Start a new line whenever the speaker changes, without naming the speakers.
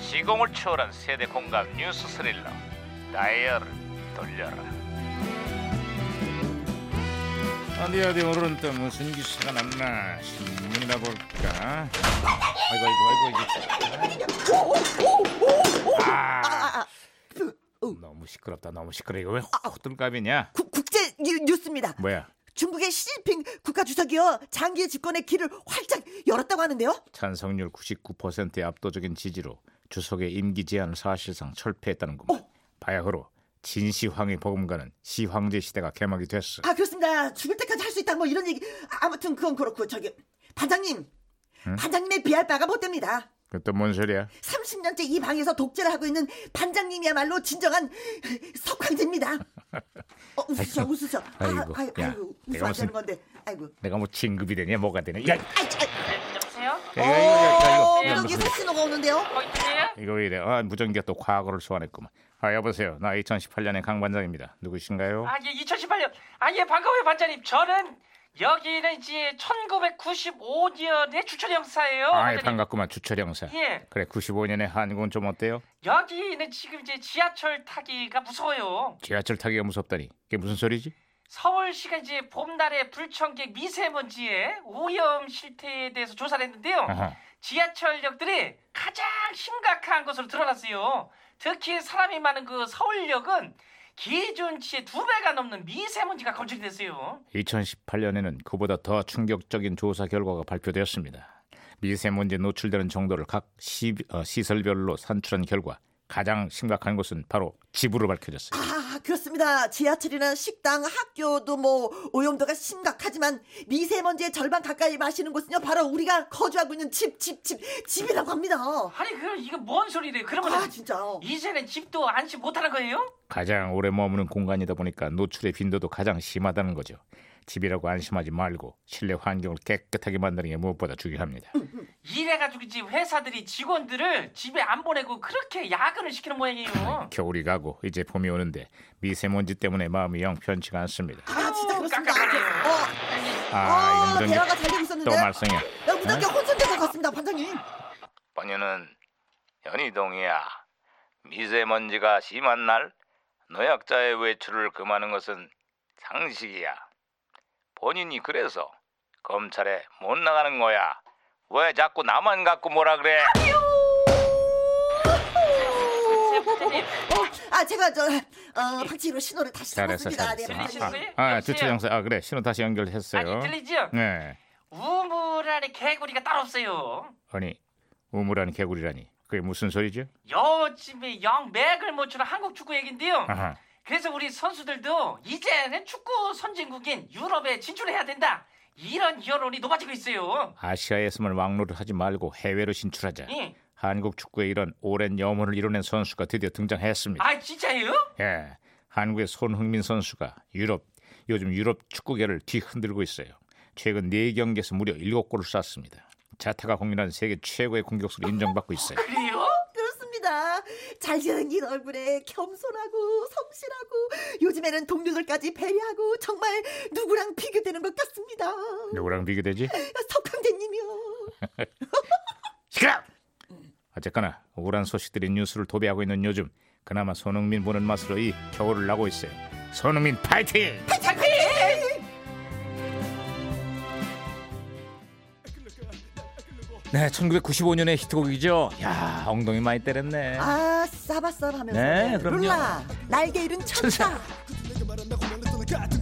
시공을 초월한 세대 공감 뉴스 스릴러 다이얼 돌려라 어디 어디 오늘은 또 무슨 기사가 났나 신문이나 볼까 아이고 아이고 아이고 이게 아, 너무 시끄럽다 너무 시끄러 이거 왜 호들갑이냐
구- 국제 뉴, 뉴스입니다.
뭐야
중국의 시진핑 국가주석이요 장기 집권의 길을 활짝 열었다고 하는데요.
찬성률 99%의 압도적인 지지로 주석의 임기 제한을 사실상 철폐했다는구만.
어?
바야흐로 진시황의 버금가는 시황제 시대가 개막이 됐어.
아 그렇습니다. 죽을 때까지 할 수 있다 뭐 이런 얘기. 아, 아무튼 그건 그렇고 저기 반장님, 반장님의 비할 바가 못 됩니다.
그것도 뭔 소리야?
30년째 이 방에서 독재를 하고 있는 반장님이야말로 진정한 석황제입니다. 어, 웃으셔,
아이고,
웃으셔. 아,
아이고,
아이,
야,
아이고,
내가
웃어야
무슨-
되는 건데. 아이고.
내가 뭐 진급이 되냐 뭐가 되냐? 야,
아이, 아이,
여보세요?
야, 야, 야, 야,
어,
이거, 이거,
여기
무슨-
새신호가 오는데요.
어, 이쁜이야?
이거 왜 이래? 아, 무전기가 또 과거를 소환했구만. 아 여보세요. 나 2018년의 강 반장입니다. 누구신가요?
아, 예, 2018년. 아, 예, 반가워요, 반장님. 저는 여기는 이제 1995년의 주철 형사예요.
어,
아이
반장님.
반갑구만 주철 형사.
예.
그래 95년의 한국은 좀 어때요?
여기는 지금 이제 지하철 타기가 무서워요.
지하철 타기가 무섭다니. 이게 무슨 소리지?
서울시가 이제 봄날의 불청객 미세먼지의 오염 실태에 대해서 조사를 했는데요.
아하.
지하철역들이 가장 심각한 것으로 드러났어요. 특히 사람이 많은 그 서울역은 기준치의 두 배가 넘는 미세먼지가 검출이 됐어요.
2018년에는 그보다 더 충격적인 조사 결과가 발표되었습니다. 미세먼지 노출되는 정도를 각 시, 설별로 산출한 결과 가장 심각한 곳은 바로 집으로 밝혀졌어요.
아, 그렇습니다. 지하철이나 식당, 학교도 뭐 오염도가 심각하지만 미세먼지의 절반 가까이 마시는 곳은요. 바로 우리가 거주하고 있는 집, 집, 집, 집이라고 합니다.
아니 그 이거 뭔 소리래? 그러면
아, 진짜.
이제는 집도 안심 못하는 거예요?
가장 오래 머무는 공간이다 보니까 노출의 빈도도 가장 심하다는 거죠. 집이라고 안심하지 말고 실내 환경을 깨끗하게 만드는 게 무엇보다 중요합니다.
이래가지고 이제 회사들이 직원들을 집에 안 보내고 그렇게 야근을 시키는 모양이에요.
겨울이 가고 이제 봄이 오는데 미세먼지 때문에 마음이 영 편치가 않습니다.
아, 진짜
아유,
그렇습니다.
깜깜하게.
어,
아,
어,
이건
대화가
무전기
잘 되고 있었는데.
또 말썽이야. 네?
야, 무전기 혼선된 것 같습니다, 반장님.
번유는 연희동이야. 미세먼지가 심한 날 노약자의 외출을 금하는 것은 상식이야. 본인이 그래서 검찰에 못 나가는 거야. 왜 자꾸 나만 갖고 뭐라 그래?
반장님.
어, 아, 제가 저, 어, 방치로 신호를 다시
잘했어,
잡았습니다. 네,
잘했어.
반장님.
반장님.
아, 아,
여보세요?
주최 형사, 아 그래, 신호 다시 연결했어요.
아니 들리죠?
네,
우물 안에 개구리가 따로 없어요.
아니 우물안 개구리라니 그게 무슨 소리죠?
요즘에 영맥을 못 추는 한국 축구 얘긴데요.
아하.
그래서 우리 선수들도 이제는 축구 선진국인 유럽에 진출해야 된다. 이런 여론이 높아지고 있어요.
아시아에서만 왕로를 하지 말고 해외로 진출하자.
예.
한국 축구의 이런 오랜 염원을 이뤄낸 선수가 드디어 등장했습니다.
아 진짜예요?
예, 한국의 손흥민 선수가 유럽 요즘 유럽 축구계를 뒤흔들고 있어요. 최근 4경기에서 무려 7골을 쐈습니다. 자타가 공인한 세계 최고의 공격수로 인정받고 있어요.
그래요?
그렇습니다. 잘생긴 얼굴에 겸손하고 성실하고 요즘에는 동료들까지 배려하고 정말 누구랑 비교되는 것 같습니다.
누구랑 비교되지?
석강대님이요.
네. 시끄러! 어쨌거나 우울한 소식들이 뉴스를 도배하고 있는 요즘 그나마 손흥민 보는 맛으로 이 겨울을 나고 있어요. 손흥민 파이팅! 네, 1995년의 히트곡이죠. 야, 엉덩이 많이 때렸네.
아 싸바싸바하면서
네, 그럼요.
룰라 날개 잃은 천사.
내게 말한 나 고향에서는 같은